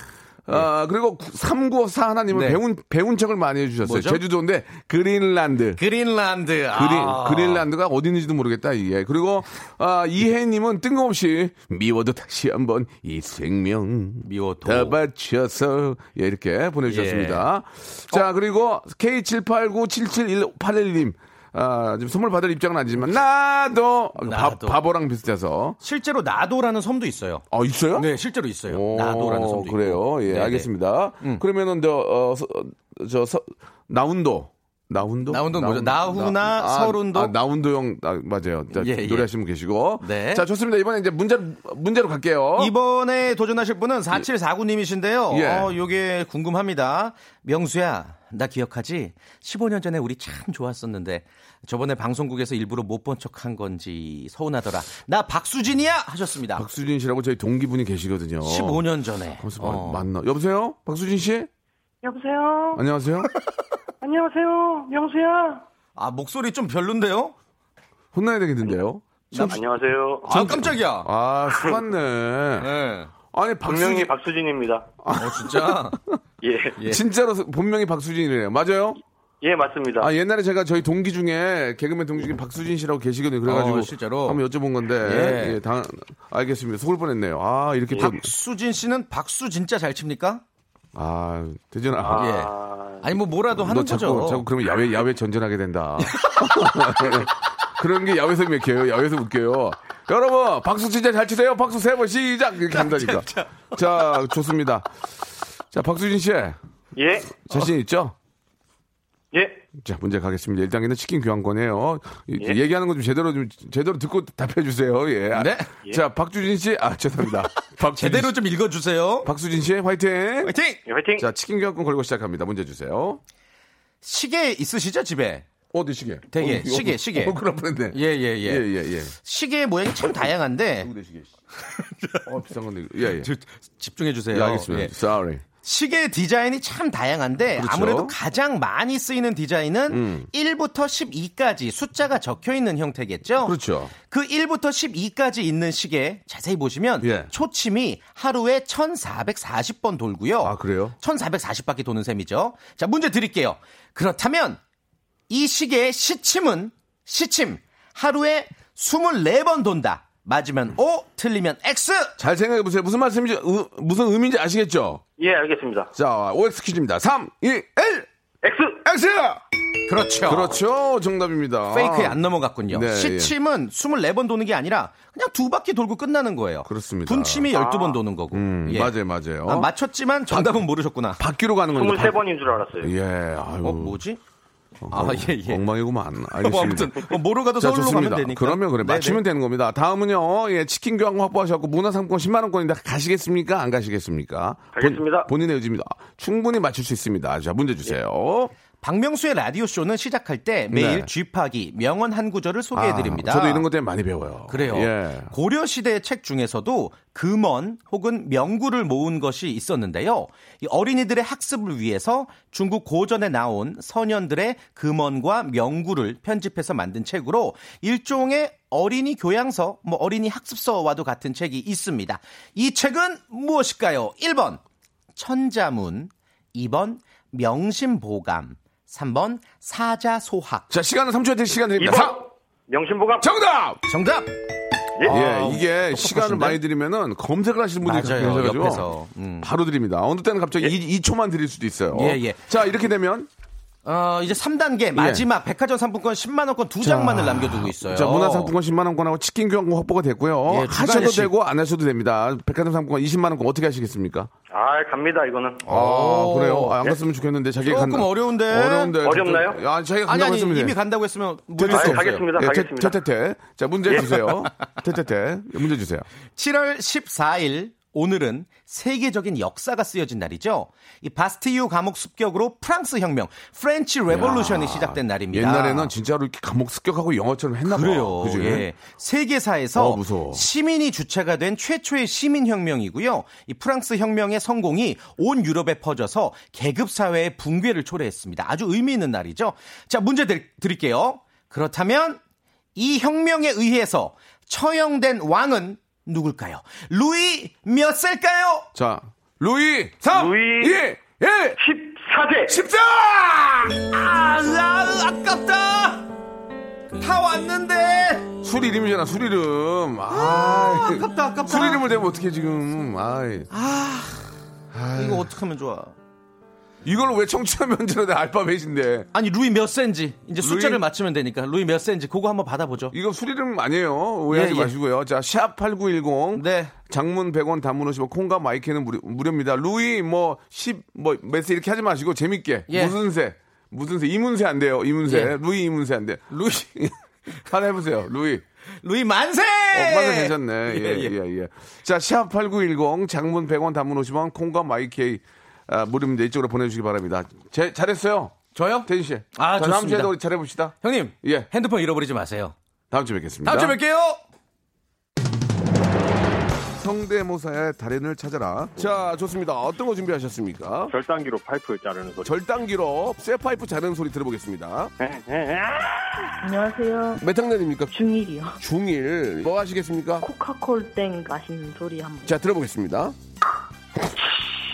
Speaker 2: 아, 그리고 394 하나님은
Speaker 5: 예. 네.
Speaker 2: 배운, 배운 척을 많이 해주셨어요.
Speaker 5: 뭐죠?
Speaker 2: 제주도인데, 그린란드.
Speaker 5: 그린란드
Speaker 2: 그린,
Speaker 5: 아.
Speaker 2: 그린란드가 어디 있는지도 모르겠다, 예. 그리고, 아, 이혜님은 뜬금없이, 미워도 다시 한번 이 생명.
Speaker 5: 미워도.
Speaker 2: 다 바쳐서, 예, 이렇게
Speaker 5: 예.
Speaker 2: 보내주셨습니다.
Speaker 5: 어.
Speaker 2: 자, 그리고 K78977181님. 아, 지금 선물 받을 입장은 아니지만, 나도!
Speaker 5: 나도.
Speaker 2: 바, 보랑 비슷해서.
Speaker 5: 실제로 나도라는 섬도 있어요.
Speaker 2: 아, 있어요?
Speaker 5: 네, 실제로 있어요.
Speaker 2: 오,
Speaker 5: 나도라는 섬도
Speaker 2: 그래요.
Speaker 5: 있고.
Speaker 2: 예,
Speaker 5: 네네. 음.
Speaker 2: 알겠습니다. 그러면은 저, 어, 서, 저 서, 나운도. 나운도?
Speaker 5: 나운도는 뭐죠?
Speaker 2: 나운-
Speaker 5: 나훈아, 서른도?
Speaker 2: 아, 나운도 형, 아, 맞아요. 자,
Speaker 5: 예, 예.
Speaker 2: 노래하시는 분 계시고.
Speaker 5: 네.
Speaker 2: 자, 아, 좋습니다. 이번에 이제 문제, 문제로 갈게요.
Speaker 5: 이번에 도전하실 분은 4749님이신데요.
Speaker 2: 어? 예.
Speaker 5: 어, 요게 궁금합니다. 명수야, 나 기억하지? 15년 전에 우리 참 좋았었는데 저번에 방송국에서 일부러 못 본 척 한 건지 서운하더라. 나 박수진이야 하셨습니다.
Speaker 2: 박수진 씨라고 저희 동기분이 계시거든요.
Speaker 5: 15년 전에.
Speaker 2: 거기서
Speaker 5: 어.
Speaker 2: 만나. 여보세요? 박수진 씨?
Speaker 7: 여보세요?
Speaker 2: 안녕하세요?
Speaker 7: 안녕하세요? 명수야?
Speaker 5: 아, 목소리 좀 별론데요?
Speaker 2: 혼나야 되겠는데요?
Speaker 8: 안녕하세요.
Speaker 5: 아, 깜짝이야.
Speaker 2: 아, 수고했네.
Speaker 5: 네.
Speaker 2: 아니, 박수진.
Speaker 8: 예, 박수진입니다.
Speaker 5: 어,
Speaker 2: <laughs>
Speaker 5: 진짜.
Speaker 8: 예.
Speaker 5: 예.
Speaker 2: 진짜로 본명이 박수진이래요. 맞아요?
Speaker 8: 예, 맞습니다.
Speaker 2: 아 옛날에 제가 저희 동기 중에 개그맨 동기 중에 박수진 씨라고 계시거든요. 그래가지고
Speaker 5: 어, 실제로.
Speaker 2: 한번 여쭤본 건데
Speaker 5: 예.
Speaker 2: 예, 당 알겠습니다. 속을 뻔했네요. 아 이렇게 또
Speaker 5: 박수진 씨는 박수 진짜 잘 칩니까?
Speaker 2: 아 되잖아.
Speaker 5: 예. 아니 뭐 뭐라도
Speaker 2: 너
Speaker 5: 하는
Speaker 2: 자꾸
Speaker 5: 거죠.
Speaker 2: 자꾸 그러면 야외 야외 전전하게 된다. <laughs> 그런 게 야외에서 맥혀요. 야외에서 웃겨요. 여러분 박수 진짜 잘 치세요. 박수 세 번 시작 이렇게 한다니까. 자 좋습니다. 자 박수진 씨
Speaker 8: 예.
Speaker 2: 자신 있죠?
Speaker 8: 예.
Speaker 2: 자, 문제 가겠습니다. 1단계는 치킨 교환권이에요. 이- 얘기하는 거 좀 제대로 좀 제대로 듣고 답해 주세요. 예. 아,
Speaker 5: 네.
Speaker 2: 자, 박주진 씨. 아, 죄송합니다. 박주진
Speaker 5: 제대로
Speaker 2: 씨.
Speaker 5: 좀 읽어 주세요.
Speaker 2: 박수진 씨 화이팅.
Speaker 5: 파이팅!
Speaker 8: 예, 화이팅.
Speaker 2: 자, 치킨 교환권 걸고 시작합니다. 문제 주세요.
Speaker 5: 시계 있으시죠 집에?
Speaker 2: 어디 시계?
Speaker 5: 되게,
Speaker 2: 어,
Speaker 5: 시계,
Speaker 2: 어,
Speaker 5: 시계.
Speaker 2: 어, 그럴 뻔했네.
Speaker 5: 예, 예, 예.
Speaker 2: 예, 예, 예.
Speaker 5: 시계 모양이 참 다양한데
Speaker 2: 누구네 시계? 어, 비싼 건데. 이거. 예, 예.
Speaker 5: 집중해 주세요.
Speaker 2: 예, 알겠습니다.
Speaker 5: 예.
Speaker 2: Sorry.
Speaker 5: 시계 디자인이 참 다양한데
Speaker 2: 그렇죠. 음.
Speaker 5: 아무래도 가장 많이 쓰이는 디자인은 1부터 12까지 숫자가 적혀 있는 형태겠죠.
Speaker 2: 그렇죠.
Speaker 5: 그 1부터 12까지 있는 시계 자세히 보시면
Speaker 2: 예.
Speaker 5: 초침이 하루에 1440번 돌고요.
Speaker 2: 아, 그래요?
Speaker 5: 1440바퀴 도는 셈이죠. 자, 문제 드릴게요. 그렇다면 이 시계의 시침은 시침 하루에 24번 돈다. 맞으면 O, 틀리면 X.
Speaker 2: 잘 생각해 보세요. 무슨 말씀인지 의- 무슨 의미인지 아시겠죠?
Speaker 8: 예, 알겠습니다.
Speaker 2: 자, OX 퀴즈입니다. 3, 2, 1.
Speaker 8: X.
Speaker 2: X!
Speaker 5: 그렇죠.
Speaker 2: 그렇죠. 정답입니다.
Speaker 5: 페이크에 안 넘어갔군요.
Speaker 2: 네, 예.
Speaker 5: 시침은 24번 도는 게 아니라 그냥 두 바퀴 돌고 끝나는 거예요.
Speaker 2: 그렇습니다.
Speaker 5: 분침이 12번 도는 거고.
Speaker 2: 음,
Speaker 5: 예.
Speaker 2: 맞아요, 맞아요.
Speaker 5: 아, 맞췄지만 정답은 모르셨구나.
Speaker 2: 바퀴로 가는 거죠.
Speaker 8: 23번인 줄 알았어요.
Speaker 2: 예, 아유.
Speaker 5: 어, 뭐지? 아, 예, 예.
Speaker 2: 엉망이구만.
Speaker 5: <laughs> 뭐
Speaker 2: 어, 알겠습니다.
Speaker 5: 아무튼 뭐 모르 가도
Speaker 2: 자,
Speaker 5: 서울로
Speaker 2: 좋습니다.
Speaker 5: 가면 되니까.
Speaker 2: 그러면 그래
Speaker 5: 네네.
Speaker 2: 맞추면 되는 겁니다. 다음은요. 예, 치킨 교환권 확보하셨고 문화상품권 10만 원권인데 가시겠습니까? 안 가시겠습니까? 본-
Speaker 8: 가겠습니다.
Speaker 2: 본인의 의지입니다. 충분히 맞출 수 있습니다. 자, 문제 주세요.
Speaker 5: 박명수의 라디오 쇼는 시작할 때 매일
Speaker 2: 네.
Speaker 5: 쥐파기 명언 한 구절을 예. 소개해 드립니다.
Speaker 2: 아, 저도 이런 것 때문에 많이 배워요.
Speaker 5: 그래요.
Speaker 2: 예.
Speaker 5: 고려 시대의 책 중에서도 금언 혹은 명구를 모은 것이 있었는데요. 이 어린이들의 학습을 위해서 중국 고전에 나온 선현들의 금언과 명구를 편집해서 만든 책으로 일종의 어린이 교양서, 뭐 어린이 학습서와도 같은 책이 있습니다. 이 책은 무엇일까요? 1번 천자문, 2번 명심보감, 3번 사자소학.
Speaker 2: 자, 시간은 3초에 될 시간 드립니다. 사-
Speaker 8: 명심보감.
Speaker 2: 정답!
Speaker 5: 정답!
Speaker 2: 예, 이게 시간을 많이 드리면은 검색을 하시는 분들이
Speaker 5: 아, 어, 맞아요,
Speaker 2: 계셔가지고
Speaker 5: 옆에서. 음.
Speaker 2: 바로 드립니다. 어느 때는 갑자기 이 2초만 드릴 수도 있어요.
Speaker 5: 예, 예.
Speaker 2: 자, 이렇게 되면
Speaker 5: 어, 이제 3단계 마지막 백화점 상품권 10만 원권 두 장만을 남겨두고 있어요.
Speaker 2: 예. 자, 문화상품권 10만원권하고 치킨 교환권 확보가 됐고요.
Speaker 5: 예, 두
Speaker 2: 하셔도
Speaker 5: 가지씩.
Speaker 2: 되고 안 하셔도 됩니다. 백화점 상품권 20만원권 어떻게 하시겠습니까?
Speaker 8: 아, 갑니다, 이거는.
Speaker 2: 아, 그래요? 아, 안
Speaker 8: 예.
Speaker 2: 갔으면 좋겠는데 자기가
Speaker 5: 어. 조금
Speaker 2: 간다.
Speaker 5: 어려운데. 네.
Speaker 2: 어려운데.
Speaker 8: 어렵나요?
Speaker 2: 갑자기- 아, 자기가
Speaker 5: 아니
Speaker 2: 간다고
Speaker 5: 아니
Speaker 2: 했으면
Speaker 5: 이미
Speaker 2: 돼.
Speaker 5: 간다고 했으면 뭐 모를
Speaker 2: 됐어.
Speaker 5: 수
Speaker 8: 아,
Speaker 5: 없어요.
Speaker 8: 가겠습니다,
Speaker 2: 예,
Speaker 8: 가겠습니다.
Speaker 2: 테테테. 자, 문제
Speaker 5: <laughs>
Speaker 2: 주세요. 테테테. 문제 주세요.
Speaker 5: 7월 14일 오늘은 세계적인 역사가 쓰여진 날이죠. 이 바스티유 감옥 습격으로 프랑스 혁명, 프렌치 레볼루션이 시작된 날입니다.
Speaker 2: 옛날에는 진짜로 이렇게 감옥 습격하고 영화처럼 했나 봐.
Speaker 5: 아, 그래요.
Speaker 2: 어, 그지?
Speaker 5: 예. 세계사에서
Speaker 2: 어, 무서워.
Speaker 5: 시민이 주체가 된 최초의 시민 혁명이고요. 이 프랑스 혁명의 성공이 온 유럽에 퍼져서 계급 사회의 붕괴를 초래했습니다. 아주 의미 있는 날이죠. 자, 문제 드리- 드릴게요. 그렇다면 이 혁명에 의해서 처형된 왕은 누굴까요? 루이 몇 세일까요?
Speaker 2: 자, 루이 예! 3
Speaker 8: 루이
Speaker 2: 2 1
Speaker 8: 14대.
Speaker 2: 14!
Speaker 5: 아, 아, 아깝다. 다 왔는데.
Speaker 2: 술 이름이잖아, 술 이름. 아,
Speaker 5: 아깝다, 아깝다.
Speaker 2: 술 이름을 대면 어떻게 지금. 아이.
Speaker 5: 이거 어떻게 하면 좋아?
Speaker 2: 이걸 왜 청취자 면제로 내 알파벳인데.
Speaker 5: 아니 루이 몇 세인지 이제 숫자를
Speaker 2: 루이?
Speaker 5: 맞추면 되니까 루이 몇 세인지 그거 한번 받아보죠.
Speaker 2: 이거 술 이름 아니에요. 오해하지
Speaker 5: 예, 예.
Speaker 2: 마시고요. 자, 샵8910.
Speaker 5: 네.
Speaker 2: 장문 100원 단문 50원 콩과 마이크는 무료, 무료입니다. 루이 뭐 10, 뭐 메스 이렇게 하지 마시고 재밌게.
Speaker 5: 예.
Speaker 2: 무슨 새? 무슨 새? 이문세 안 돼요. 이문세.
Speaker 5: 예.
Speaker 2: 루이 이문세 안 돼. 루이. <laughs> 하나 해보세요. 루이.
Speaker 5: 루이 만세!
Speaker 2: 엄마는 괜찮네. 예,
Speaker 5: 예, 예.
Speaker 2: 예, 예. 자, 샵8910 장문 100원 단문 50원 콩과 마이크의 아, 무료입니다. 이쪽으로 보내주시기 바랍니다. 제, 잘했어요.
Speaker 5: 저요?
Speaker 2: 태진 씨.
Speaker 5: 아,
Speaker 2: 자, 다음
Speaker 5: 좋습니다.
Speaker 2: 주에도 우리 잘해봅시다.
Speaker 5: 형님, 네.
Speaker 2: 예.
Speaker 5: 핸드폰 잃어버리지 마세요.
Speaker 2: 다음 주에 뵙겠습니다.
Speaker 5: 다음 주에 뵐게요.
Speaker 2: 성대모사의 달인을 찾아라. 자, 좋습니다. 어떤 거 준비하셨습니까?
Speaker 8: 절단기로 파이프 자르는 소리.
Speaker 2: 절단기로 쇠파이프 자르는 소리 들어보겠습니다.
Speaker 7: 네.
Speaker 9: 안녕하세요.
Speaker 2: 몇 학년입니까?
Speaker 9: 중일이요.
Speaker 2: 중1. 뭐 하시겠습니까?
Speaker 9: 코카콜땡 마시는 소리 한번.
Speaker 2: 자, 들어보겠습니다.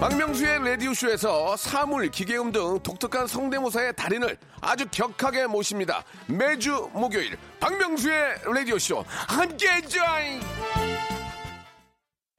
Speaker 2: 박명수의 라디오쇼에서 사물, 기계음 등 독특한 성대모사의 달인을 아주 격하게 모십니다. 매주 목요일 박명수의 라디오쇼 함께해 join.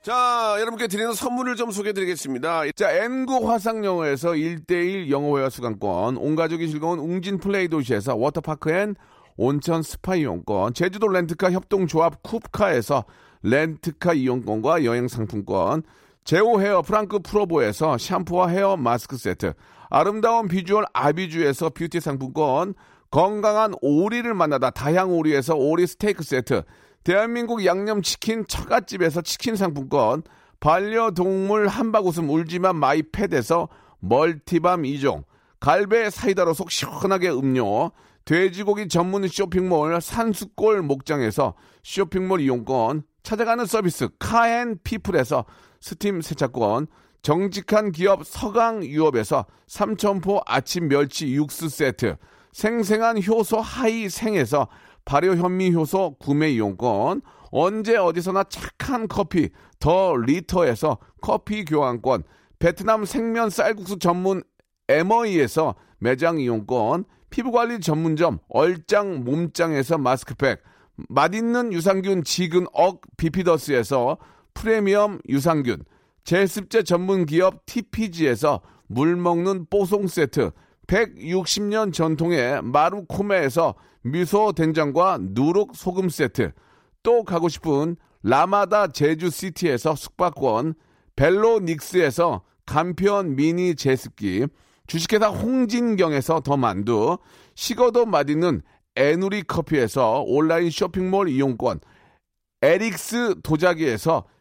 Speaker 2: 자, 여러분께 드리는 선물을 좀 소개해 드리겠습니다. 자, N구 화상영어에서 1대1 영어회화 수강권, 온가족이 즐거운 웅진 플레이 도시에서 워터파크 앤 온천 스파 이용권, 제주도 렌트카 협동조합 쿱카에서 렌트카 이용권과 여행 상품권, 제오 헤어 프랑크 프로보에서 샴푸와 헤어 마스크 세트, 아름다운 비주얼 아비주에서 뷰티 상품권, 건강한 오리를 만나다 다향 오리에서 오리 스테이크 세트, 대한민국 양념치킨 처갓집에서 치킨 상품권, 반려동물 한바구음 울지만 마이패드에서 멀티밤 2종, 갈배 사이다로 속 시원하게 음료, 돼지고기 전문 쇼핑몰 산수골 목장에서 쇼핑몰 이용권, 찾아가는 서비스 카앤피플에서 스팀 세차권, 정직한 기업 서강유업에서 삼천포 아침 멸치 육수 세트, 생생한 효소 하이생에서 발효 현미 효소 구매 이용권, 언제 어디서나 착한 커피 더 리터에서 커피 교환권, 베트남 생면 쌀국수 전문 에머이에서 매장 이용권, 피부관리 전문점 얼짱 몸짱에서 마스크팩, 맛있는 유산균 지근 억 비피더스에서 프리미엄 유산균, 제습제 전문 기업 TPG에서 물 먹는 뽀송 세트, 160년 전통의 마루코메에서 미소 된장과 누룩 소금 세트, 또 가고 싶은 라마다 제주시티에서 숙박권, 벨로닉스에서 간편 미니 제습기, 주식회사 홍진경에서 더 만두, 식어도 맛있는 에누리 커피에서 온라인 쇼핑몰 이용권, 에릭스 도자기에서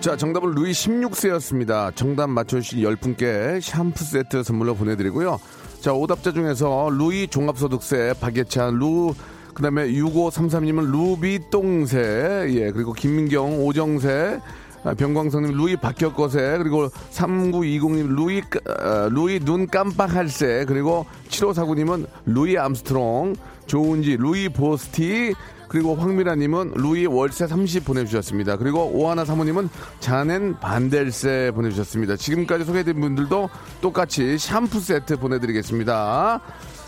Speaker 2: 자, 정답은 루이 16세였습니다. 정답 맞춰주신 10분께 샴푸 세트 선물로 보내드리고요. 자, 오답자 중에서 루이 종합소득세, 박예찬, 루, 그 다음에 6533님은 루비똥세, 예, 그리고 김민경, 오정세, 아, 병광성님 루이 박혁거세, 그리고 3920님 루이, 까- 아, 루이 눈 깜빡할세, 그리고 7549님은 루이 암스트롱, 조은지, 루이 보스티, 그리고 황미라님은 루이 월세 30 보내주셨습니다. 그리고 오하나 사모님은 자넨 반델세 보내주셨습니다. 지금까지 소개해드린 분들도 똑같이 샴푸 세트 보내드리겠습니다.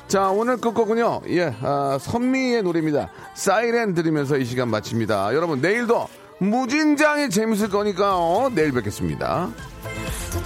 Speaker 2: 자, 오늘 끝곡은요. 예, 아, 선미의 노래입니다. 사이렌 들으면서 이 시간 마칩니다. 여러분, 내일도 무진장이 재밌을 거니까요. 내일 뵙겠습니다.
Speaker 6: 더